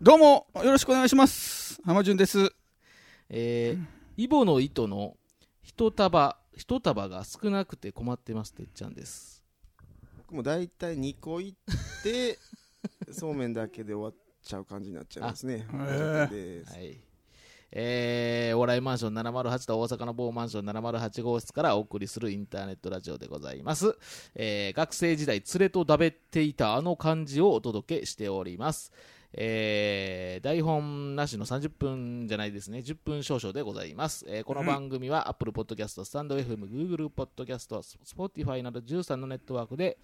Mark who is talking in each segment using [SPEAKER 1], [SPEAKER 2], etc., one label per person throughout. [SPEAKER 1] どうもよろしくお願いします浜潤です
[SPEAKER 2] えーイボの糸の一束一束が少なくて困ってますてっちゃんです
[SPEAKER 3] 僕も大体2個いって そうめんだけで終わっちゃう感じになっちゃいますね
[SPEAKER 1] あへえ
[SPEAKER 3] です
[SPEAKER 2] はいえー、お笑いマンション708と大阪の某マンション708号室からお送りするインターネットラジオでございます、えー、学生時代連れとだべっていたあの感じをお届けしておりますえー台本なしの30分じゃないですね、10分少々でございます。えーこの番組は Apple Podcast、StandFM、Google Podcast、Spotify など13のネットワークで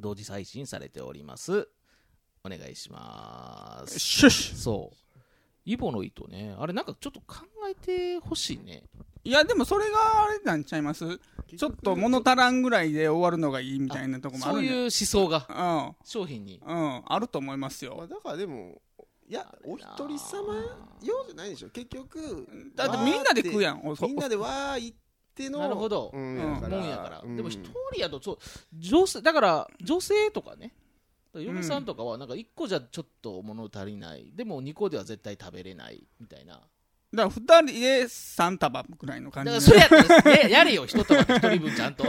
[SPEAKER 2] 同時配信されております。お願いします。
[SPEAKER 1] シュッシュ
[SPEAKER 2] そう。イボの糸ね。あれ、なんかちょっと考えてほしいね。
[SPEAKER 1] いやでもそれがあれなんちゃいますちょっと物足らんぐらいで終わるのがいいみたいなとこもあ
[SPEAKER 2] そ
[SPEAKER 1] る
[SPEAKER 2] うんい
[SPEAKER 1] で
[SPEAKER 2] う思想が
[SPEAKER 1] うん
[SPEAKER 2] 商品に。
[SPEAKER 1] うんあると思います
[SPEAKER 3] まあ
[SPEAKER 1] よ
[SPEAKER 3] だからでもいやお一人様用じゃないでしょ結局
[SPEAKER 1] だってみんなで食うやんおそ
[SPEAKER 3] みんなでわーいっての
[SPEAKER 2] なるほど
[SPEAKER 3] うん
[SPEAKER 1] うん
[SPEAKER 3] やか
[SPEAKER 2] も
[SPEAKER 3] ら
[SPEAKER 2] んやから、
[SPEAKER 3] うん
[SPEAKER 2] でも一人やとそう女性だから女性とかねだから嫁さんとかはなんか1個じゃちょっと物足りない、でも2個では絶対食べれないみたいな
[SPEAKER 1] だから2人で3束ぐらいの
[SPEAKER 2] だ
[SPEAKER 1] 感
[SPEAKER 2] か
[SPEAKER 1] じ
[SPEAKER 2] らそれやったらや やれよ一玉1人分ち ゃんと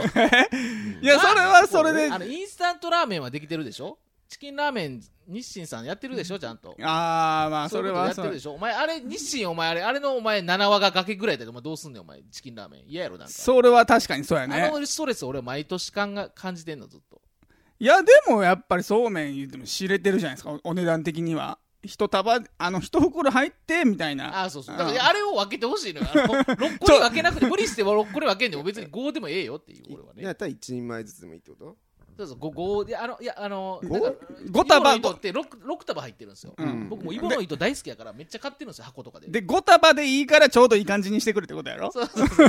[SPEAKER 1] いやそれはそれで
[SPEAKER 2] あのインスタントラーメンはできてるでしょチキンラーメン日清さんやってるでしょちゃんと
[SPEAKER 1] ああまあ
[SPEAKER 2] そ
[SPEAKER 1] そ
[SPEAKER 2] れ
[SPEAKER 1] れ
[SPEAKER 2] はや
[SPEAKER 1] は
[SPEAKER 2] って
[SPEAKER 1] そう
[SPEAKER 2] るでしょお前あれ日清お前あれあれのお前7話が崖ぐらいだよお前どうすんねんお前チキンラーメン嫌やろなんか
[SPEAKER 1] それは確かにそうや
[SPEAKER 2] あ
[SPEAKER 1] ね
[SPEAKER 2] のストレス俺毎年感が感じてんのずっと
[SPEAKER 1] いやでもやっぱりそうめん言っても知れてるじゃないですかおお値段的には一束あの一袋入ってみたいな
[SPEAKER 2] あそうそうだから
[SPEAKER 1] うん
[SPEAKER 2] いやあれを分けてほしいのよあの6個に分けなくて無理して6個に分けんでも別に5でもええよっていう俺はい
[SPEAKER 3] や
[SPEAKER 2] ね
[SPEAKER 3] ったら1人前ずつでもいいってこと
[SPEAKER 2] そうそう5であのいやあの
[SPEAKER 3] ご
[SPEAKER 2] なんか
[SPEAKER 1] 5束
[SPEAKER 2] イボの糸って 6, 六束入ってるんですよ、
[SPEAKER 1] うん
[SPEAKER 2] 僕もイボの糸大好きやからめっちゃ買ってるんですよ箱とかで
[SPEAKER 1] で5束でいいからちょうどいい感じにしてくるってことやろ
[SPEAKER 2] そうそうそう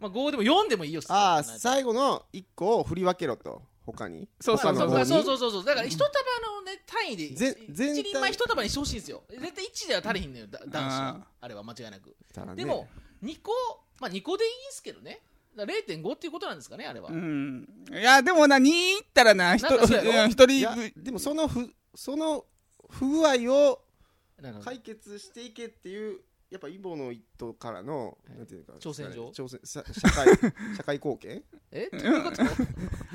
[SPEAKER 2] まあ5でも4でもいいよ
[SPEAKER 3] ああ
[SPEAKER 2] そう
[SPEAKER 3] 最後の1個を振り分けろと他に
[SPEAKER 1] そうそうそう
[SPEAKER 2] まあ
[SPEAKER 1] そう
[SPEAKER 2] そうそうそうそうだから一束のね単位で
[SPEAKER 3] ぜ
[SPEAKER 2] 一
[SPEAKER 3] 全体
[SPEAKER 2] 一人前一束にしてほしいんですよ絶対1では足りひんのよだ男子
[SPEAKER 1] あー
[SPEAKER 2] はあれは間違いなく
[SPEAKER 3] たらね
[SPEAKER 2] でも2個まあ2個でいいんすけどねだから0.5っていうことなんですかねあれは、
[SPEAKER 1] うんいやでもな2いったらな
[SPEAKER 2] なんかそうやろ
[SPEAKER 1] 1人
[SPEAKER 3] いやでもそのふその不具合を
[SPEAKER 2] なるほど
[SPEAKER 3] 解決していけっていうやっぱイボの糸からの、なんていうか
[SPEAKER 2] 挑戦状
[SPEAKER 3] 挑戦さ社会 社会貢献
[SPEAKER 2] えどういうこと
[SPEAKER 1] い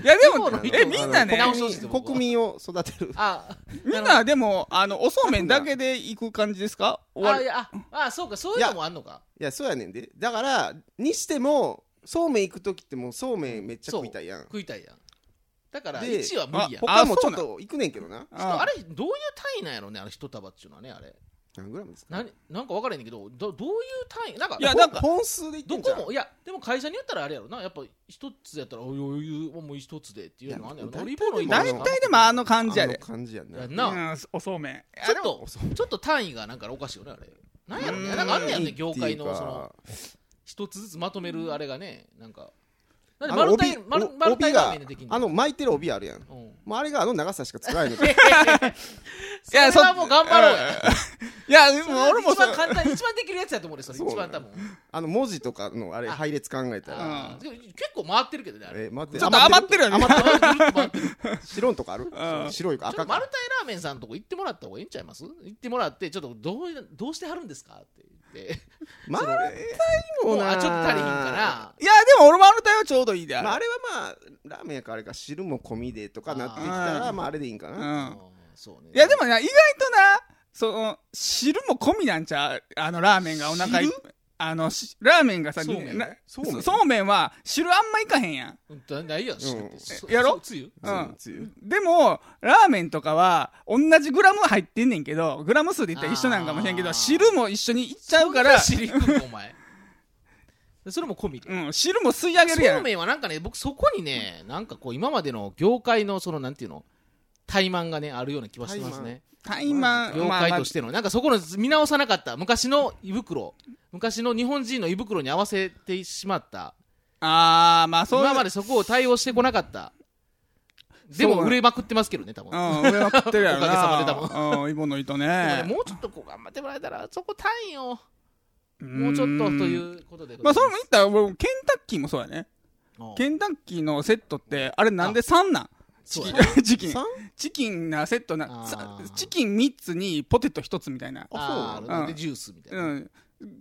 [SPEAKER 1] やで
[SPEAKER 2] イボ
[SPEAKER 1] も
[SPEAKER 2] の糸
[SPEAKER 1] えみんなね
[SPEAKER 3] あ
[SPEAKER 2] 直
[SPEAKER 3] の
[SPEAKER 2] してほしいで
[SPEAKER 3] 国
[SPEAKER 2] す
[SPEAKER 3] 民
[SPEAKER 2] 僕は
[SPEAKER 3] 国民を育てる
[SPEAKER 2] あ
[SPEAKER 1] みんなでもあのおそうめんだけで行く感じですか終わ
[SPEAKER 2] あい
[SPEAKER 1] り
[SPEAKER 2] やああそうかそういうのもあんのか
[SPEAKER 3] いやそうやねんでだからにしてもそうめん行く時ってもうそうめんめっちゃ食いたいやん
[SPEAKER 2] 食いたいやんだから
[SPEAKER 3] で
[SPEAKER 2] 1は無理やん
[SPEAKER 1] あ
[SPEAKER 3] 他も
[SPEAKER 1] そ
[SPEAKER 3] ち
[SPEAKER 1] う
[SPEAKER 3] ょ
[SPEAKER 1] な
[SPEAKER 3] っ
[SPEAKER 1] ん
[SPEAKER 3] と行くねんけどな
[SPEAKER 2] あ
[SPEAKER 1] あ
[SPEAKER 2] れどういう単位なんやろねあの一束っていうのはねあれ
[SPEAKER 3] 何グラムですか
[SPEAKER 2] 何なんか分からへんねんけどどどういう単位なんか
[SPEAKER 1] いや
[SPEAKER 3] ほ
[SPEAKER 1] なんか
[SPEAKER 3] 本数でいって
[SPEAKER 2] ど
[SPEAKER 3] んじゃ
[SPEAKER 2] こ
[SPEAKER 3] ん
[SPEAKER 2] もいやでも会社によったらあれやろなやっぱ一つやったらお余裕もう一つでっていうのはあんねやろない
[SPEAKER 3] や
[SPEAKER 2] 俺イボの糸
[SPEAKER 1] 大体でもあの感じや
[SPEAKER 3] あの
[SPEAKER 1] で
[SPEAKER 3] 感じやんな
[SPEAKER 2] やん
[SPEAKER 1] う
[SPEAKER 2] な、
[SPEAKER 1] んおそうめん
[SPEAKER 2] ちょっと
[SPEAKER 3] そ
[SPEAKER 2] ちょっと単位がなんかおかしいよねあれなんやろ
[SPEAKER 1] う
[SPEAKER 2] ね
[SPEAKER 1] ーん
[SPEAKER 2] なんかあんねやろ
[SPEAKER 3] い
[SPEAKER 2] ね
[SPEAKER 3] い
[SPEAKER 2] 業界
[SPEAKER 3] ってい
[SPEAKER 2] の
[SPEAKER 3] うか
[SPEAKER 2] その一つずつまとめるあれがねなんかだって
[SPEAKER 3] あ
[SPEAKER 2] マ
[SPEAKER 3] の
[SPEAKER 2] ルタ
[SPEAKER 3] 帯
[SPEAKER 2] イマル
[SPEAKER 3] お
[SPEAKER 2] マルタイ
[SPEAKER 3] 帯
[SPEAKER 2] ラーメ
[SPEAKER 3] が
[SPEAKER 2] ンでできんの
[SPEAKER 3] あの巻いてる帯あるやん
[SPEAKER 2] うん
[SPEAKER 3] もうあれがあの長さしか作らないのか
[SPEAKER 2] いやそれはもう頑張ろうや
[SPEAKER 1] いやで
[SPEAKER 2] それ
[SPEAKER 1] も
[SPEAKER 2] は
[SPEAKER 1] 俺もそ
[SPEAKER 2] 一番簡単一番できるやつやと思うでそれ
[SPEAKER 3] そう
[SPEAKER 2] 一番多分
[SPEAKER 3] あの文字とかのあれ
[SPEAKER 2] あ
[SPEAKER 3] 配列考えたら
[SPEAKER 2] あーでも結構回ってるけどねあ
[SPEAKER 3] あ
[SPEAKER 2] れ
[SPEAKER 3] れ待って
[SPEAKER 1] ちょっと余ってるよね
[SPEAKER 3] 余って
[SPEAKER 2] ぐるっと回ってる
[SPEAKER 3] る白いとかある
[SPEAKER 1] うん
[SPEAKER 3] 白いか
[SPEAKER 2] ちょ
[SPEAKER 3] 赤
[SPEAKER 2] っとマル
[SPEAKER 3] か
[SPEAKER 2] タイラーメンさんのとこ行ってもらった方がいいんちゃいます行ってもらってちょっとどういどうしてはるんですかって言って
[SPEAKER 3] まあ
[SPEAKER 2] もうあちょっと足りひんかない
[SPEAKER 1] やでも俺もあの体はちょうどいいであれ
[SPEAKER 3] まああれはまあラーメンやからあれか汁も込みでとかなってきた
[SPEAKER 1] あ
[SPEAKER 3] ら
[SPEAKER 1] ー
[SPEAKER 3] まああれでいいんかな
[SPEAKER 1] うん
[SPEAKER 2] あーそうね
[SPEAKER 1] いやでもな意外となその汁も込みなんちゃうあのラーメンがお腹いっあのしラーメンがさ
[SPEAKER 2] そうめん
[SPEAKER 1] な
[SPEAKER 3] そうめん
[SPEAKER 1] そそうめんは汁あんまいかへんやん
[SPEAKER 2] うんだないやん汁って
[SPEAKER 3] うん
[SPEAKER 2] そ
[SPEAKER 1] やろ
[SPEAKER 2] そつゆ
[SPEAKER 1] うん
[SPEAKER 3] つゆ
[SPEAKER 1] でもラーメンとかは同じグラム入ってんねんけどグラム数でいったら一緒なんかもしれんけ
[SPEAKER 2] あ
[SPEAKER 1] ど
[SPEAKER 2] ー
[SPEAKER 1] 汁も一緒にいっちゃうから
[SPEAKER 2] そんな知りくん お前でそれも込みで
[SPEAKER 1] うん、汁も吸い上げるや
[SPEAKER 2] そうんめんはなんかね僕そこにねなんかこう今までの業界のそのなんていうの怠慢がねあるような気はしてますね
[SPEAKER 1] タイマン
[SPEAKER 2] 業界としてのなんかそこの見直さなかった昔の胃袋昔の日本人の胃袋に合わせてしまった
[SPEAKER 1] ああーまあそう
[SPEAKER 2] 今までそこを対応してこなかったで
[SPEAKER 1] そう
[SPEAKER 2] も
[SPEAKER 1] なの
[SPEAKER 2] 売れまくってますけどね多分
[SPEAKER 1] うん上は食ってるやろ
[SPEAKER 2] おかげさ
[SPEAKER 1] な
[SPEAKER 2] まで
[SPEAKER 1] うんイボの糸
[SPEAKER 2] でもね
[SPEAKER 1] ね
[SPEAKER 2] もうちょっとこう頑張ってもらえたらそこ単位を
[SPEAKER 1] も
[SPEAKER 2] もうちょっとと
[SPEAKER 1] う
[SPEAKER 2] いうことで
[SPEAKER 1] んまあそれ
[SPEAKER 2] も
[SPEAKER 1] も言ったら俺もケンタッキーもそうやねケンタッキーのセットってあれなんで3なんチキ
[SPEAKER 2] そう
[SPEAKER 1] ン
[SPEAKER 2] や
[SPEAKER 1] チキン
[SPEAKER 3] 三
[SPEAKER 1] チキンなセット
[SPEAKER 2] あ
[SPEAKER 1] な
[SPEAKER 2] ー
[SPEAKER 1] さチキン3つにポテト1つみたいな
[SPEAKER 2] あ
[SPEAKER 3] あそう
[SPEAKER 2] ー
[SPEAKER 1] うん
[SPEAKER 2] でジュースみたいうな。あ
[SPEAKER 1] ん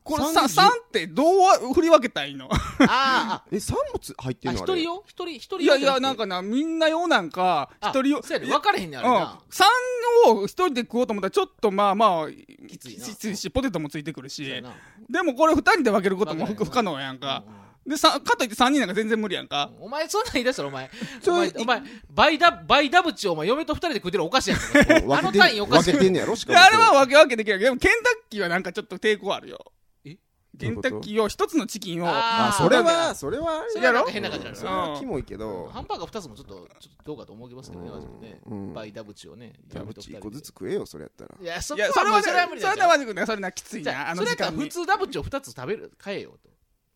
[SPEAKER 1] これ
[SPEAKER 3] 三
[SPEAKER 1] 3,
[SPEAKER 3] 十
[SPEAKER 1] ってどうわ振り分けたらいいの
[SPEAKER 2] ーあ、
[SPEAKER 3] え三もつ入って
[SPEAKER 2] あ、
[SPEAKER 3] る
[SPEAKER 2] 一
[SPEAKER 3] のあ
[SPEAKER 2] 人
[SPEAKER 3] れ
[SPEAKER 2] よ一人、一 人
[SPEAKER 1] いやいやなん、かなみんな用なんか一人用
[SPEAKER 2] よ。そうやね、分かれへんねんあれな。
[SPEAKER 1] うん、3を一人で食おうと思ったらちょっとまあまあき
[SPEAKER 2] ついな
[SPEAKER 1] しポテトもついてくる
[SPEAKER 2] そうや
[SPEAKER 1] し
[SPEAKER 2] な
[SPEAKER 1] でもこれ2人で分けることも
[SPEAKER 2] 分けない
[SPEAKER 1] 不可能やんか
[SPEAKER 2] うんうん
[SPEAKER 1] でさかといって3人なんか全然無理やんか
[SPEAKER 2] お前そんなん言い出したらお前
[SPEAKER 3] そ
[SPEAKER 2] お
[SPEAKER 3] う
[SPEAKER 2] 前お前バイダバイダブチをお前嫁と二人で食ってるのおかしいやん
[SPEAKER 3] うん
[SPEAKER 2] あの単位おかし
[SPEAKER 3] 分けて
[SPEAKER 2] い
[SPEAKER 3] んねやろしか
[SPEAKER 1] であれは分け分けできるけどでもケンタッキーはなんかちょっと抵抗あるよ
[SPEAKER 2] え
[SPEAKER 1] ケンタッキーを1つのチキンを
[SPEAKER 2] あ
[SPEAKER 3] あそれ
[SPEAKER 2] なん
[SPEAKER 3] は
[SPEAKER 2] か
[SPEAKER 3] それはあれ
[SPEAKER 2] そ
[SPEAKER 1] れは
[SPEAKER 2] なん
[SPEAKER 1] やろ
[SPEAKER 2] か変な感じ
[SPEAKER 3] う
[SPEAKER 2] にな
[SPEAKER 3] んそ
[SPEAKER 2] る
[SPEAKER 3] れ
[SPEAKER 2] な
[SPEAKER 3] はキモいけど
[SPEAKER 2] ハンバーガー二つもちょっとちょっとどうかと思いますけどね私もね
[SPEAKER 3] うん
[SPEAKER 2] バイダブチをね
[SPEAKER 3] ダ
[SPEAKER 2] 嫁
[SPEAKER 3] ブ
[SPEAKER 2] と
[SPEAKER 3] チ
[SPEAKER 2] 二人で
[SPEAKER 3] 一個ずつ食えよそれやったら
[SPEAKER 2] いやそ
[SPEAKER 1] い
[SPEAKER 2] こは
[SPEAKER 1] やそれ
[SPEAKER 2] もう
[SPEAKER 1] は
[SPEAKER 2] そ
[SPEAKER 1] ね
[SPEAKER 2] れは無理
[SPEAKER 1] そ
[SPEAKER 2] だ
[SPEAKER 1] れ
[SPEAKER 2] じゃ
[SPEAKER 1] はマ
[SPEAKER 2] あ
[SPEAKER 1] ジくんそれなきつい
[SPEAKER 2] じゃ
[SPEAKER 1] な
[SPEAKER 2] あ
[SPEAKER 1] あ
[SPEAKER 2] そ
[SPEAKER 1] の
[SPEAKER 2] れ
[SPEAKER 1] 時
[SPEAKER 2] やったら
[SPEAKER 1] 間
[SPEAKER 2] 普
[SPEAKER 1] に
[SPEAKER 2] 通ダブチを二つ食べる買えよと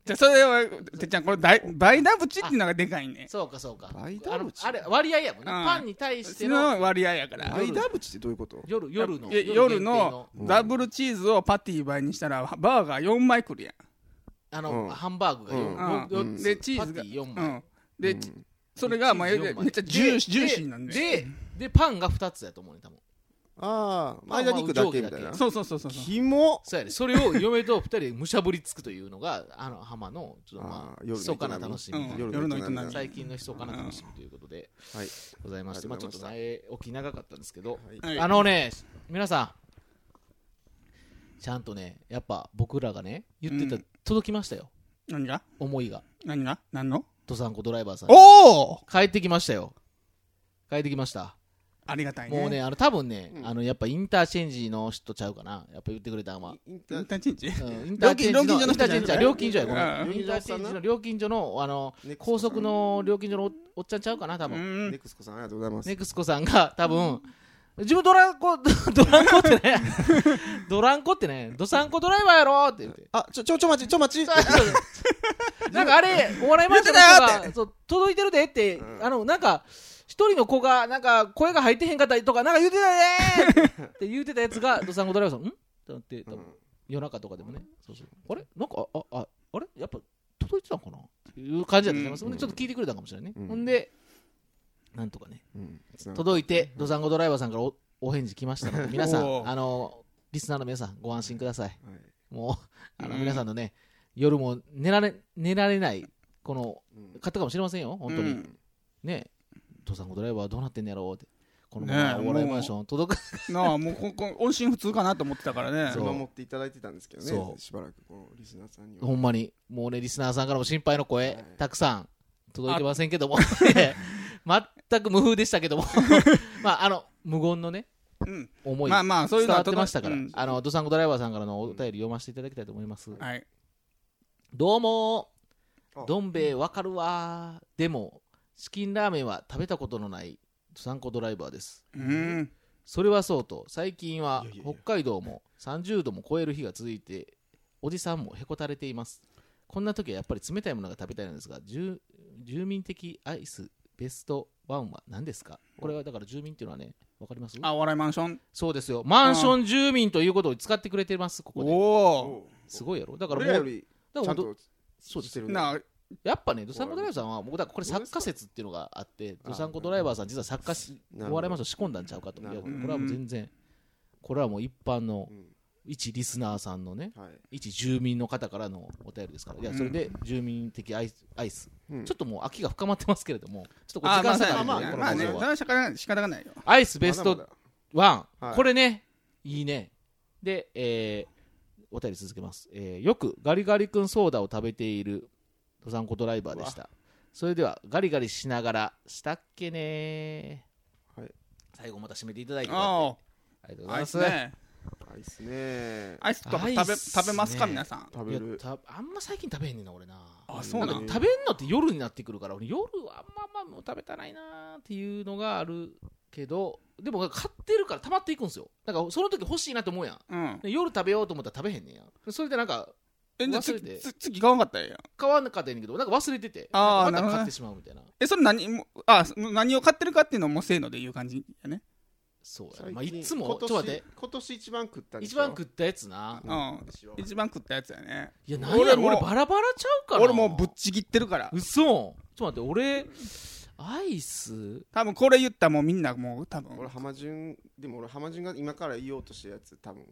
[SPEAKER 1] じゃあそれはてっちゃんこれ大倍ダブチっていうのがでかいね
[SPEAKER 2] そうかそうか
[SPEAKER 3] バイダブチ
[SPEAKER 2] あのあれ割合やもんね
[SPEAKER 1] うん
[SPEAKER 2] パンに対して
[SPEAKER 1] そ
[SPEAKER 2] の
[SPEAKER 1] の割合やから
[SPEAKER 3] バイダブチってどういうこと
[SPEAKER 2] 夜夜の
[SPEAKER 1] いや
[SPEAKER 2] 限
[SPEAKER 1] 夜
[SPEAKER 2] 定
[SPEAKER 1] の
[SPEAKER 3] うん
[SPEAKER 1] ダブルチーズをパティ倍にしたらバーガー4枚くるやん
[SPEAKER 2] あ
[SPEAKER 3] う
[SPEAKER 2] の
[SPEAKER 3] ん
[SPEAKER 2] ハンバーグが
[SPEAKER 3] うん
[SPEAKER 2] よよ
[SPEAKER 1] う
[SPEAKER 2] よ
[SPEAKER 1] ん
[SPEAKER 2] つ
[SPEAKER 1] でチーズが
[SPEAKER 2] パティ四
[SPEAKER 1] う
[SPEAKER 2] 枚
[SPEAKER 1] んで、
[SPEAKER 3] うん
[SPEAKER 1] それがまあ
[SPEAKER 2] チ
[SPEAKER 1] め
[SPEAKER 2] ーズ四枚
[SPEAKER 1] っちゃジューシージューシーなんで
[SPEAKER 2] ででパンが2つやと思うね多分
[SPEAKER 3] あ
[SPEAKER 2] ま
[SPEAKER 3] あ
[SPEAKER 2] あ
[SPEAKER 3] 間肉だけみたい
[SPEAKER 2] まあ
[SPEAKER 3] な
[SPEAKER 1] そうそうそうそうそう
[SPEAKER 3] キモ
[SPEAKER 2] そうやねそれを嫁と2人でむしゃぶりつくというのがあの浜のちょっとま
[SPEAKER 3] あ
[SPEAKER 2] あ
[SPEAKER 3] ー夜の営み
[SPEAKER 2] 密かな楽しみ、
[SPEAKER 1] うん
[SPEAKER 3] 夜の営み
[SPEAKER 1] 夜の営み
[SPEAKER 2] 最近の密かな楽しみということで
[SPEAKER 3] はい
[SPEAKER 2] ございまして、まあ、
[SPEAKER 3] あり
[SPEAKER 2] ちょっと
[SPEAKER 3] がとうござい
[SPEAKER 2] 前置き長かったんですけど、
[SPEAKER 3] はい
[SPEAKER 1] はい
[SPEAKER 2] あのね皆さんちゃんとねやっぱ僕らがね言ってた、
[SPEAKER 1] うん
[SPEAKER 2] 届きましたよ
[SPEAKER 1] 何が
[SPEAKER 2] 思いが
[SPEAKER 1] 何が何の
[SPEAKER 2] どさんこドライバーさんに
[SPEAKER 1] おお
[SPEAKER 2] 帰ってきましたよ帰ってきました
[SPEAKER 1] ありがたいね
[SPEAKER 2] もうね、あの多分ね、
[SPEAKER 3] うん
[SPEAKER 2] あのやっぱインターチェンジの人ちゃうかな、やっぱ言ってくれたんは。
[SPEAKER 3] インタ
[SPEAKER 1] イン
[SPEAKER 3] ー
[SPEAKER 1] ターチェンジ
[SPEAKER 2] うんインターチェンジ
[SPEAKER 1] 料金
[SPEAKER 2] の
[SPEAKER 1] 所
[SPEAKER 2] イ
[SPEAKER 1] の
[SPEAKER 2] ンタ
[SPEAKER 1] 人
[SPEAKER 2] ー
[SPEAKER 1] じ
[SPEAKER 2] チ
[SPEAKER 1] ゃない
[SPEAKER 2] ェンジあ料金所やごめ
[SPEAKER 1] うん
[SPEAKER 2] んインターチェンジの料金所のあの
[SPEAKER 3] ネクスコ
[SPEAKER 2] 高速の料金所のおおっちゃんちゃうかな多
[SPEAKER 1] う
[SPEAKER 2] 分、
[SPEAKER 1] ん
[SPEAKER 3] ネクスコさんありがとうございます
[SPEAKER 2] ネクスコさんが多分、自分ドランコ ドランコ ってねドランコってねドサンコドライバーやろって言って。
[SPEAKER 3] あちょちょちょ待ちちょ待ち
[SPEAKER 2] なんかあれ、お笑いマンションの人が、そう、届いてるでって、
[SPEAKER 3] うん
[SPEAKER 2] あの、なんか、一人の子が、なんか、声が入ってへんかったりとか、なんか言うてたでーって言うてたやつが、ドサンゴドライバーさん、んってなって、多
[SPEAKER 3] う
[SPEAKER 2] 分
[SPEAKER 3] ん
[SPEAKER 2] 夜中とかでもね、そうそうあれなんか、あ、あ、ああれやっぱ、届いてたんかなっていう感じだったと思います。
[SPEAKER 3] うん
[SPEAKER 2] ほんで、ちょっと聞いてくれたんかもしれないね。
[SPEAKER 3] うん
[SPEAKER 2] ほんで、なんとかね、
[SPEAKER 3] うんつながっ
[SPEAKER 2] 届いて、ドサンゴドライバーさんからおお返事来まし たので、皆さ
[SPEAKER 1] お
[SPEAKER 2] ん、
[SPEAKER 1] ー
[SPEAKER 2] あの、リスナーの皆さん、ご安心ください。
[SPEAKER 3] はい
[SPEAKER 2] もう、あの
[SPEAKER 1] うん
[SPEAKER 2] 皆さんのね、夜も寝られ寝られない、この
[SPEAKER 3] うん
[SPEAKER 2] 方かもしれませんよ、本当に。
[SPEAKER 1] うん
[SPEAKER 2] ね、父さんごドライバーはどうなってんのやろうって、この
[SPEAKER 1] ね
[SPEAKER 2] ま
[SPEAKER 1] え
[SPEAKER 2] まお笑いマンション届く、
[SPEAKER 1] なあもうここ音信不通かなと思ってたからね
[SPEAKER 2] そう
[SPEAKER 3] 見守っていただいてたんですけど
[SPEAKER 2] そ
[SPEAKER 3] ね
[SPEAKER 2] う
[SPEAKER 3] しばらくこのリスナーさんには
[SPEAKER 2] ほんまに、もうね、リスナーさんからも心配の声、
[SPEAKER 3] はい
[SPEAKER 2] たくさん届いてませんけども、 ね全く無風でしたけど も、まあ、あの、無言のね、
[SPEAKER 1] うん
[SPEAKER 2] 思い、
[SPEAKER 1] まあまあそういうの
[SPEAKER 2] 伝
[SPEAKER 1] は
[SPEAKER 2] わってましたから、
[SPEAKER 1] うん
[SPEAKER 2] あの、ドサンゴドライバーさんからのお便り読ませていただきたいと思います。
[SPEAKER 1] はい
[SPEAKER 2] どうも
[SPEAKER 3] あ
[SPEAKER 2] どん兵衛わかるわーでもチキンラーメンは食べたことのない参考ドライバーです
[SPEAKER 1] うん
[SPEAKER 2] それはそうと最近はい
[SPEAKER 3] やいやいや
[SPEAKER 2] 北海道も30度も超える日が続いておじさんもへこたれていますこんな時はやっぱり冷たいものが食べたいのですが住住民的アイスベストワンは何ですかこれはだから住民っていうのはねわかります
[SPEAKER 1] あお笑いマンション
[SPEAKER 2] そうですよマンション住民ということを使ってくれてますここで
[SPEAKER 1] おお
[SPEAKER 3] おう
[SPEAKER 2] すごいやろだから
[SPEAKER 3] 俺
[SPEAKER 2] もう
[SPEAKER 3] ら
[SPEAKER 2] だ
[SPEAKER 3] よ
[SPEAKER 2] か
[SPEAKER 3] り
[SPEAKER 2] ら
[SPEAKER 3] ちゃ
[SPEAKER 2] 本
[SPEAKER 3] ん
[SPEAKER 2] 当
[SPEAKER 3] と
[SPEAKER 2] そうです
[SPEAKER 3] してるね
[SPEAKER 1] なあ
[SPEAKER 2] やっぱね、ドサンコドライバーさんは、僕、だからこれ
[SPEAKER 3] どう
[SPEAKER 2] 作
[SPEAKER 3] です
[SPEAKER 2] 家
[SPEAKER 3] か
[SPEAKER 2] 説っていうのがあって、
[SPEAKER 3] あ
[SPEAKER 2] ドサンコドライバーさん、実は作家し、
[SPEAKER 3] なるほど
[SPEAKER 2] お笑いマンション仕込んだんちゃうかと。い
[SPEAKER 3] な
[SPEAKER 2] や
[SPEAKER 3] る
[SPEAKER 2] こ
[SPEAKER 3] ほど
[SPEAKER 2] れはもう全然、これはもう一般の
[SPEAKER 3] う、ん
[SPEAKER 2] 一リスナーさんのね、
[SPEAKER 3] はい
[SPEAKER 2] 一住民の方からのお便りですから、いや、
[SPEAKER 1] うん
[SPEAKER 2] それで住民的アイス、アイス
[SPEAKER 3] うん
[SPEAKER 2] ちょっともう秋が深まってますけれども、ちょっとこれ
[SPEAKER 1] あ
[SPEAKER 2] 時
[SPEAKER 1] ま
[SPEAKER 2] 間
[SPEAKER 1] あ
[SPEAKER 2] 差が
[SPEAKER 1] ま
[SPEAKER 2] あ
[SPEAKER 1] あ
[SPEAKER 2] る
[SPEAKER 1] ま
[SPEAKER 2] ん
[SPEAKER 1] あ
[SPEAKER 2] でね、この
[SPEAKER 1] まあ
[SPEAKER 2] 放
[SPEAKER 1] ね
[SPEAKER 2] 送
[SPEAKER 1] そ
[SPEAKER 2] は。
[SPEAKER 1] れは仕方が仕方がないよ
[SPEAKER 2] アイスベス
[SPEAKER 3] まだ
[SPEAKER 2] ト
[SPEAKER 3] まだ
[SPEAKER 2] ワン、
[SPEAKER 3] はい
[SPEAKER 2] これね、いいね。で、えーお便り続けます。えーよくガリガリ君ソーダを食べている登山コドライバーでした。それでは、ガリガリしながら、したっけねー
[SPEAKER 3] はい
[SPEAKER 2] 最後また締めていただいて、あ
[SPEAKER 1] あ
[SPEAKER 2] りがとうご
[SPEAKER 1] あ
[SPEAKER 2] ざい
[SPEAKER 1] ア
[SPEAKER 2] ま
[SPEAKER 1] イ
[SPEAKER 2] す。
[SPEAKER 1] スね
[SPEAKER 3] アイスね
[SPEAKER 1] アイスとか
[SPEAKER 2] アイ
[SPEAKER 1] 食べ
[SPEAKER 2] スね
[SPEAKER 1] 食べますか皆さん
[SPEAKER 3] 食
[SPEAKER 2] い
[SPEAKER 3] べ
[SPEAKER 2] や
[SPEAKER 3] る
[SPEAKER 2] たあんま最近食べへんねんな、俺な。
[SPEAKER 1] あそうなん
[SPEAKER 2] か食べんのって夜になってくるから、俺夜はあんまあんまもう食べたないなーっていうのがあるけど、でも買ってるから溜まっていくんですよ。だからその時欲しいなと思うやん。
[SPEAKER 1] うん
[SPEAKER 2] で夜食べようと思ったら食べへんねんやそれでなんか
[SPEAKER 1] えじゃあ
[SPEAKER 2] 忘れて
[SPEAKER 1] 次次次買わんかったらええやん
[SPEAKER 2] 買わなかったんやけどなんか忘れてて
[SPEAKER 1] あー
[SPEAKER 2] なんか
[SPEAKER 1] な
[SPEAKER 2] ま
[SPEAKER 1] るほどね
[SPEAKER 2] た買ってしまうみたいな
[SPEAKER 1] えそれ何もあもう何を買ってるかっていうのもせーので言う感じやね
[SPEAKER 2] そうやな
[SPEAKER 3] 最近
[SPEAKER 2] まあいつもち
[SPEAKER 3] 今
[SPEAKER 2] ょ
[SPEAKER 3] 年
[SPEAKER 2] っと待って
[SPEAKER 3] 今年一番食ったんでし
[SPEAKER 2] 一
[SPEAKER 3] ょ
[SPEAKER 2] 番食ったやつな
[SPEAKER 1] う
[SPEAKER 3] うんしょ
[SPEAKER 1] 一番食ったやつやね
[SPEAKER 2] いや何やろ
[SPEAKER 1] 俺
[SPEAKER 2] 俺
[SPEAKER 1] も
[SPEAKER 2] バラバラちゃうから
[SPEAKER 1] 俺もうぶっちぎってるから
[SPEAKER 2] うそちょっと待って俺アイス
[SPEAKER 1] 多分これ言ったらもうみんなもう多分
[SPEAKER 3] 俺浜順でも俺浜順が今から言おうとしたやつ多分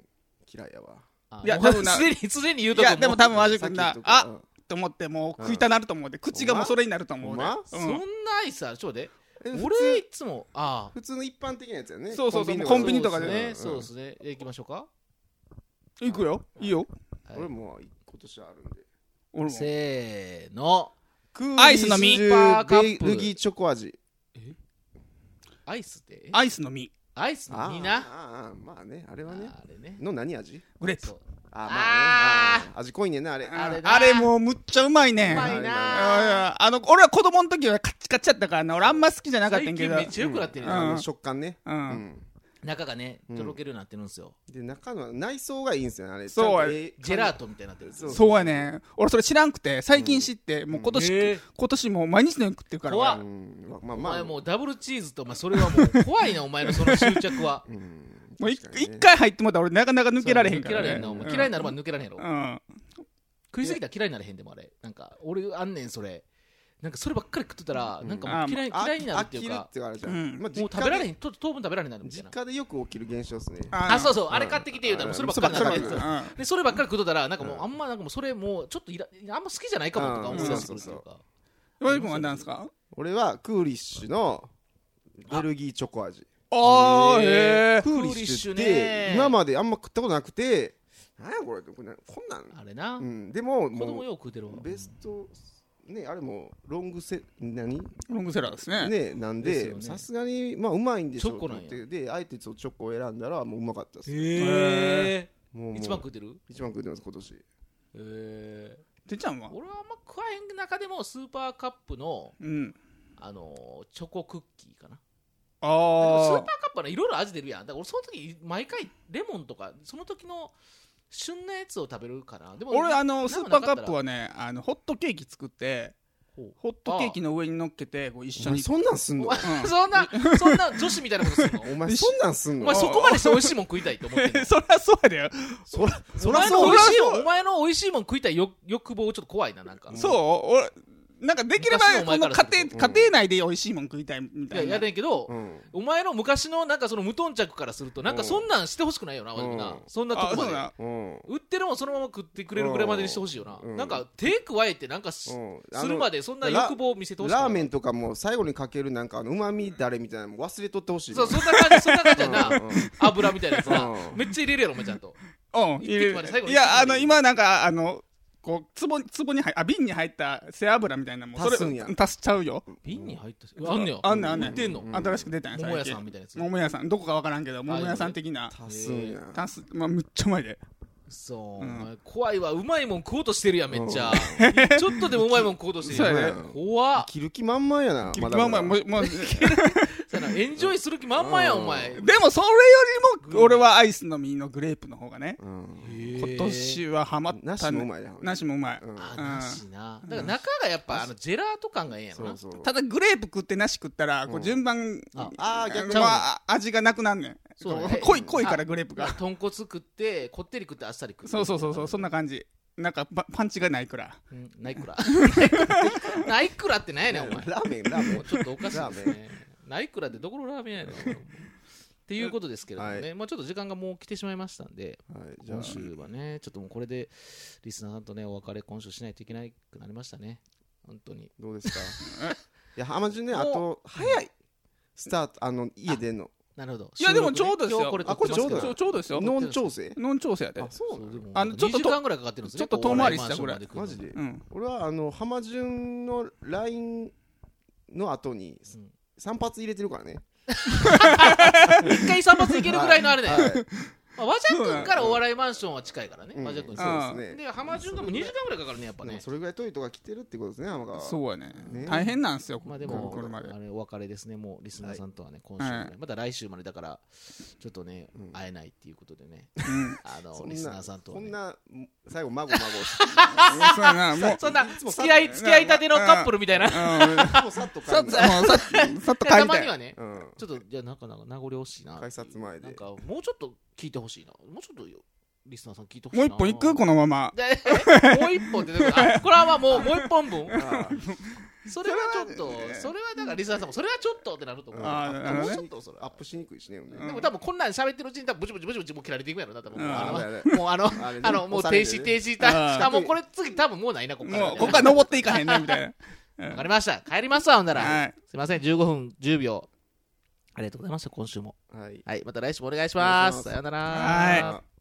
[SPEAKER 3] 嫌いやわ
[SPEAKER 2] あ
[SPEAKER 1] いや
[SPEAKER 2] も
[SPEAKER 1] 多
[SPEAKER 2] う
[SPEAKER 1] 分 な
[SPEAKER 2] すでにすでに言う
[SPEAKER 1] い
[SPEAKER 2] とこ
[SPEAKER 1] やでも多分和
[SPEAKER 3] さっ
[SPEAKER 1] く
[SPEAKER 3] き
[SPEAKER 1] 君
[SPEAKER 3] 言っ
[SPEAKER 1] だ
[SPEAKER 3] とく
[SPEAKER 1] あ
[SPEAKER 3] うん
[SPEAKER 1] と思ってもう食いたなると思うで口がもうそれになると思うで、
[SPEAKER 3] ほんま
[SPEAKER 2] そん
[SPEAKER 1] うん
[SPEAKER 2] なアイスあるちょっと待って
[SPEAKER 3] え普通
[SPEAKER 2] 俺いつもああ
[SPEAKER 3] 普通の一般的なやつやね
[SPEAKER 1] そうそうそう
[SPEAKER 3] コ
[SPEAKER 1] コン
[SPEAKER 3] ンビ
[SPEAKER 1] ビ
[SPEAKER 3] ニ
[SPEAKER 1] ニ
[SPEAKER 3] と
[SPEAKER 1] と
[SPEAKER 3] か
[SPEAKER 1] か
[SPEAKER 3] で
[SPEAKER 1] で
[SPEAKER 2] そうですね
[SPEAKER 3] うん
[SPEAKER 2] そうですね行きましょうか
[SPEAKER 1] いくよいいよ
[SPEAKER 2] はい
[SPEAKER 3] 俺も今年あるんで
[SPEAKER 1] 俺も
[SPEAKER 2] せーの
[SPEAKER 1] アイスの実
[SPEAKER 3] クーリ
[SPEAKER 2] スーパーカ
[SPEAKER 3] ッシュ
[SPEAKER 2] ップ
[SPEAKER 3] ベルギーチョコ味
[SPEAKER 2] アイスって
[SPEAKER 1] アイスの実
[SPEAKER 2] アイス
[SPEAKER 3] あ
[SPEAKER 2] の
[SPEAKER 3] ー
[SPEAKER 2] 実な
[SPEAKER 3] あーあーまあねあれ
[SPEAKER 2] あ
[SPEAKER 3] はね
[SPEAKER 2] れね
[SPEAKER 3] の何味
[SPEAKER 1] グレープ
[SPEAKER 2] そう
[SPEAKER 3] あーまあねあー味濃いねんなあれ
[SPEAKER 1] あ
[SPEAKER 2] れ
[SPEAKER 1] れ
[SPEAKER 2] な
[SPEAKER 1] あれもうむっちゃうまいね
[SPEAKER 2] うまいな
[SPEAKER 1] ああの俺は子供の時はカッチカチやったからな俺あんま好きじゃなかったんや
[SPEAKER 2] 最
[SPEAKER 1] け
[SPEAKER 2] 近
[SPEAKER 1] ど
[SPEAKER 2] めっちゃ良くなってる
[SPEAKER 1] うん
[SPEAKER 2] ね
[SPEAKER 3] あの食感ね
[SPEAKER 1] う
[SPEAKER 3] うんん
[SPEAKER 2] 中がね
[SPEAKER 3] うん
[SPEAKER 2] とろけるようになってるんですよ
[SPEAKER 3] で中の内装がいいんですよねあれ
[SPEAKER 1] そう
[SPEAKER 3] ちゃんとええ
[SPEAKER 2] ジェラートみたいになってるんですよ
[SPEAKER 3] そう
[SPEAKER 1] そうやね俺それ知らんくて最近知って、もう今年、
[SPEAKER 2] へえ
[SPEAKER 1] 今年もう毎日のように食ってるから
[SPEAKER 2] 怖っ
[SPEAKER 3] うんまあまあ
[SPEAKER 2] お
[SPEAKER 3] まあ
[SPEAKER 2] 前もうダブルチーズとお前それはもう怖いなお前のその執着は
[SPEAKER 3] うん
[SPEAKER 1] 俺もう
[SPEAKER 3] 確かに
[SPEAKER 1] 一
[SPEAKER 3] ね
[SPEAKER 1] 回入ってもらったら俺なかなか抜けられへんから、
[SPEAKER 2] 抜けら
[SPEAKER 1] ね、
[SPEAKER 2] れへんなお前嫌いになるまで抜けられへんやろ
[SPEAKER 1] うん、
[SPEAKER 2] 食いすぎたら嫌いになれへんでもあれなんか俺あんねんそれなんかそればっかり食ってたら、なんかもう嫌い
[SPEAKER 3] あ
[SPEAKER 2] 嫌いになるっていう
[SPEAKER 3] 飽きる
[SPEAKER 2] か
[SPEAKER 3] って言われちゃう
[SPEAKER 1] うん
[SPEAKER 3] まあ
[SPEAKER 2] もう食べられ
[SPEAKER 3] 実
[SPEAKER 2] へんと当分食べられへんなるみたい
[SPEAKER 3] 実
[SPEAKER 2] な
[SPEAKER 3] 家でよく起きる現象ですね
[SPEAKER 1] あ
[SPEAKER 2] あそう
[SPEAKER 1] う
[SPEAKER 2] そうあれ買ってきて言うたらもうそればっかり
[SPEAKER 1] そ
[SPEAKER 2] な
[SPEAKER 1] ば
[SPEAKER 2] る
[SPEAKER 1] っ
[SPEAKER 2] や
[SPEAKER 1] か
[SPEAKER 2] つ
[SPEAKER 1] りうん
[SPEAKER 2] でそればっかり食うとったらなんかもう
[SPEAKER 3] うん
[SPEAKER 2] あんまなんかもうそれもうちょっといらあんま好きじゃないかもとか思い出してくるっていうか
[SPEAKER 1] 岩井君は何ですか
[SPEAKER 3] 俺はクーリッシュのベルギーチョコ味
[SPEAKER 1] あーへえ
[SPEAKER 3] クーリッシュって今まであんま食ったことなくてなんやこれこれこんなん
[SPEAKER 2] あれな、
[SPEAKER 3] うんでも
[SPEAKER 2] 子供
[SPEAKER 3] も
[SPEAKER 2] よう食うてるわ
[SPEAKER 3] うベストねあれもロングセ何
[SPEAKER 1] ロングセラーですね
[SPEAKER 3] ねなん
[SPEAKER 2] ですよ
[SPEAKER 3] で
[SPEAKER 2] ね
[SPEAKER 3] さすがにまあうまいんでしょ
[SPEAKER 2] チョコなんや
[SPEAKER 3] と思ってであえてそうチョコを選んだらもううまかったです
[SPEAKER 2] え
[SPEAKER 3] もうもう
[SPEAKER 2] 一番食うてる
[SPEAKER 3] 一番食ってます今年
[SPEAKER 2] え
[SPEAKER 1] てっちゃんは
[SPEAKER 2] 俺はあんま食わへん中でもスーパーカップの
[SPEAKER 1] うん
[SPEAKER 2] あのーチョコクッキーかなスーパー
[SPEAKER 1] あ
[SPEAKER 2] カップはねいろいろ味出るやんだから俺その時毎回レモンとかその時の旬なやつを食べるかな
[SPEAKER 1] あ
[SPEAKER 2] でも
[SPEAKER 1] 俺あ
[SPEAKER 2] なん
[SPEAKER 1] の
[SPEAKER 2] か
[SPEAKER 1] スー
[SPEAKER 2] な
[SPEAKER 1] パー
[SPEAKER 2] か
[SPEAKER 1] カ
[SPEAKER 2] ったら
[SPEAKER 1] ップはねあのホットケーキ作って
[SPEAKER 2] ほう
[SPEAKER 1] ホットケーキの上に乗っけてこう一
[SPEAKER 3] お
[SPEAKER 1] 緒
[SPEAKER 3] 前
[SPEAKER 1] に
[SPEAKER 3] そんなんすん
[SPEAKER 2] お
[SPEAKER 3] の
[SPEAKER 2] 前そんなそんな女子みたいなことす るの
[SPEAKER 3] お前そんなんすん
[SPEAKER 2] お
[SPEAKER 3] の
[SPEAKER 2] 前そこまでして美味しいもん食いたいと思ってんの
[SPEAKER 1] そりゃそうやで
[SPEAKER 3] そらそ
[SPEAKER 2] お
[SPEAKER 3] ら
[SPEAKER 2] 前の
[SPEAKER 3] そう
[SPEAKER 2] 美味しい
[SPEAKER 1] そら
[SPEAKER 2] も
[SPEAKER 1] そ
[SPEAKER 2] ん
[SPEAKER 1] う
[SPEAKER 2] お前の美味しいもん食いたい欲欲望ちょっと怖いななんか
[SPEAKER 1] そう俺なんかできれば
[SPEAKER 2] 昔のお
[SPEAKER 1] こ
[SPEAKER 2] 前
[SPEAKER 1] の
[SPEAKER 2] からす
[SPEAKER 1] 家
[SPEAKER 2] ると
[SPEAKER 1] 庭家庭内で美味しいもん食いたいみ
[SPEAKER 2] い
[SPEAKER 1] た
[SPEAKER 2] や
[SPEAKER 1] い
[SPEAKER 2] や
[SPEAKER 1] な
[SPEAKER 2] だけど、
[SPEAKER 3] うん
[SPEAKER 2] お前の昔のなんかその無頓着からするとなんかそんなんしてほしくないよな、
[SPEAKER 3] うん
[SPEAKER 2] 和田君な
[SPEAKER 3] うん
[SPEAKER 2] そんなと
[SPEAKER 1] あ
[SPEAKER 2] こ
[SPEAKER 1] そう
[SPEAKER 2] まで
[SPEAKER 1] だな
[SPEAKER 3] うん
[SPEAKER 2] 売ってるもんそのまま食ってくれるぐらいまでにしてほしいよな、
[SPEAKER 3] うん
[SPEAKER 2] なんか手加えてなんかし
[SPEAKER 3] うんあの
[SPEAKER 2] するまでそんな欲望を見せてほしくない
[SPEAKER 3] ラーメンとかも最後にかけるなんかうまみだれみたいなのも忘れとってほしい
[SPEAKER 2] そうそんな感じそんな感じやな、
[SPEAKER 3] うんうん
[SPEAKER 2] 油みたいなやつな、
[SPEAKER 3] うん
[SPEAKER 2] めっちゃ入れるやろお前ちゃんと
[SPEAKER 1] うん入れ
[SPEAKER 2] 一滴まで最
[SPEAKER 1] る
[SPEAKER 2] 後に
[SPEAKER 1] いやあ
[SPEAKER 2] 一滴ま
[SPEAKER 1] の
[SPEAKER 2] で
[SPEAKER 1] 今なんかあのこう壺壺に入あ瓶に入った背脂みたいなのもそれ
[SPEAKER 3] 足すんや
[SPEAKER 1] 足しちゃうよ
[SPEAKER 2] 瓶に入ったしあんねや
[SPEAKER 1] あんねんあんね
[SPEAKER 2] 売
[SPEAKER 1] ん
[SPEAKER 2] ってんの、
[SPEAKER 3] うん
[SPEAKER 1] 新しく出たんや
[SPEAKER 2] 桃屋さん
[SPEAKER 1] 最
[SPEAKER 2] み
[SPEAKER 1] 近
[SPEAKER 2] たいなやつ
[SPEAKER 1] 桃屋さんどこかわからんけど桃屋さん的な
[SPEAKER 3] 足すんや
[SPEAKER 1] 足すまあむっちゃうまいで
[SPEAKER 2] そう、
[SPEAKER 1] うん
[SPEAKER 2] お前怖いわうまいもん食おうとしてるやんめっちゃ、
[SPEAKER 3] う
[SPEAKER 2] ちょっとでもうまいもん食おうとしてるやん
[SPEAKER 1] そうや
[SPEAKER 3] ね
[SPEAKER 2] 怖っ
[SPEAKER 3] 着る気満々やな
[SPEAKER 1] ま
[SPEAKER 3] ま
[SPEAKER 1] あ
[SPEAKER 3] だ
[SPEAKER 1] まあも
[SPEAKER 3] まだ
[SPEAKER 1] うも うで
[SPEAKER 2] そうやなエンジョイする気満々やんお前
[SPEAKER 1] もそれよりも俺はアイスの実のグレープの方がね
[SPEAKER 3] うん
[SPEAKER 1] 今年はハマったね
[SPEAKER 3] なしもうまいやん
[SPEAKER 1] なしもうまい
[SPEAKER 3] うん
[SPEAKER 2] あ
[SPEAKER 1] うん
[SPEAKER 2] なしなだから中がやっぱあのジェラート感がええんやろ
[SPEAKER 3] そ
[SPEAKER 2] な
[SPEAKER 3] うそう
[SPEAKER 1] ただグレープ食ってなし食ったらこ
[SPEAKER 3] う
[SPEAKER 1] うん順番
[SPEAKER 2] あ
[SPEAKER 3] あー
[SPEAKER 1] ま
[SPEAKER 3] 逆
[SPEAKER 2] ちゃうね
[SPEAKER 1] あ味がなくなんねん
[SPEAKER 2] そう
[SPEAKER 1] こ
[SPEAKER 2] ね
[SPEAKER 1] う濃い濃いからグレープ
[SPEAKER 2] まあ
[SPEAKER 1] が
[SPEAKER 2] 豚骨食ってこってり食ってあっさり食う
[SPEAKER 1] そうそうそうそうそんな感じなんかパパンチがないから
[SPEAKER 2] うんないくら ないくらってなんやねんお前
[SPEAKER 3] ラーメンラーメ
[SPEAKER 2] もうちょっとおかしい
[SPEAKER 3] ラ
[SPEAKER 2] で
[SPEAKER 3] ー
[SPEAKER 2] すねないくらってどこのラーメンやねん お前っていうことですけれどもね、
[SPEAKER 3] は
[SPEAKER 2] まあちょっと時間がもう来てしまいましたんで
[SPEAKER 3] ンはいじゃあ
[SPEAKER 2] 今週はねちょっともうこれでリスナーさんとねお別れ今週しないといけなくなりましたね本当に
[SPEAKER 3] どうですか
[SPEAKER 1] え
[SPEAKER 3] いや浜順ねあと早いスタートあの家での
[SPEAKER 2] なるほど
[SPEAKER 1] いやでもちょうどですよ
[SPEAKER 2] 収録ね今日これ撮っ
[SPEAKER 3] あこれ
[SPEAKER 2] てますけど
[SPEAKER 3] ちょうどや
[SPEAKER 1] ちょうどですよ
[SPEAKER 3] ノン調整
[SPEAKER 1] ノン調整やで
[SPEAKER 3] あそうなの
[SPEAKER 2] でも
[SPEAKER 1] あのちょっと
[SPEAKER 2] 2時間ぐらいかかってるんですね
[SPEAKER 1] ちょっと遠回りしたぐらい
[SPEAKER 2] こう
[SPEAKER 3] マジで
[SPEAKER 1] うん
[SPEAKER 3] 俺はあの浜順の LINE の後に
[SPEAKER 2] うん
[SPEAKER 3] 散髪入れてるからね
[SPEAKER 2] 一回散髪いけるぐらいのあれね、
[SPEAKER 3] はいはい
[SPEAKER 2] まあ、和ジャ君からお笑いマンションは近いからね、
[SPEAKER 3] うん
[SPEAKER 2] 和ジャ君
[SPEAKER 1] あ
[SPEAKER 2] そ
[SPEAKER 3] そう
[SPEAKER 2] う
[SPEAKER 3] です
[SPEAKER 2] で
[SPEAKER 3] ね
[SPEAKER 2] で浜潤がもう2時間ぐらいかかるねやっぱ
[SPEAKER 3] でも
[SPEAKER 2] ね
[SPEAKER 3] それぐらい遠いとか来てるってことですね浜川
[SPEAKER 1] そうやね
[SPEAKER 3] ね
[SPEAKER 1] 大変なんですよ
[SPEAKER 2] ま
[SPEAKER 1] こ
[SPEAKER 2] あでも
[SPEAKER 1] これ まで
[SPEAKER 2] あれお別れですねもうリスナーさんとはね、今週まで、
[SPEAKER 1] は
[SPEAKER 2] また来週までだからちょっとね、
[SPEAKER 3] うん
[SPEAKER 2] 会えないっていうことでね
[SPEAKER 1] うん
[SPEAKER 2] あの
[SPEAKER 3] そんな
[SPEAKER 2] リスナーさんとは
[SPEAKER 3] こん
[SPEAKER 2] ね
[SPEAKER 3] な最後孫 孫
[SPEAKER 1] そうやなもう
[SPEAKER 2] そんない
[SPEAKER 3] つも
[SPEAKER 2] 付き合い付き合いたてのカップルみたいな、
[SPEAKER 1] うん
[SPEAKER 3] もうさっと帰
[SPEAKER 1] さ
[SPEAKER 3] る
[SPEAKER 1] っ
[SPEAKER 3] の
[SPEAKER 1] さもうさっさっと帰
[SPEAKER 2] た
[SPEAKER 1] り
[SPEAKER 2] ま
[SPEAKER 1] た
[SPEAKER 2] に
[SPEAKER 1] い
[SPEAKER 2] はね
[SPEAKER 3] うん
[SPEAKER 2] ちょっとじゃあなんかなんか名残惜しいな
[SPEAKER 3] 改札前で
[SPEAKER 2] なんかもうちょっと聞いてほしいなもうちょっとよリスナーさん聞いてほしい
[SPEAKER 1] もう
[SPEAKER 2] な
[SPEAKER 1] 一本いくこのまま。
[SPEAKER 2] でえもう一本ってどういうことあこれはまあもうもう一本分
[SPEAKER 3] あ
[SPEAKER 2] それはちょっと
[SPEAKER 3] それはね
[SPEAKER 2] それはだからリスナーさんもそれはちょっとってなると思う
[SPEAKER 1] あーなるほど
[SPEAKER 2] もう
[SPEAKER 1] ね
[SPEAKER 2] ちょっとそれ
[SPEAKER 3] アップしにくいしね。
[SPEAKER 1] うん
[SPEAKER 2] でも多分こんなん喋ってるうちに多分ブチブチブチブチもう切られていくやろな多分
[SPEAKER 1] うん
[SPEAKER 2] あの
[SPEAKER 3] あれあれ
[SPEAKER 2] もう あの
[SPEAKER 3] あれね
[SPEAKER 2] あのもう
[SPEAKER 3] 押さ
[SPEAKER 2] 停
[SPEAKER 3] れてね
[SPEAKER 2] 止停止た
[SPEAKER 1] う
[SPEAKER 2] し
[SPEAKER 1] ん
[SPEAKER 2] もうこれ次多分もうないなここから
[SPEAKER 1] もう、ここから登っていかへんね、みた いな。
[SPEAKER 2] わかりました帰りますわほんなら、
[SPEAKER 1] はい
[SPEAKER 2] すいません15分10秒ありがとうございました今週も
[SPEAKER 3] はい。
[SPEAKER 2] はいまた来週もお願いします
[SPEAKER 3] お願いします
[SPEAKER 2] さようなら
[SPEAKER 1] はい
[SPEAKER 3] あ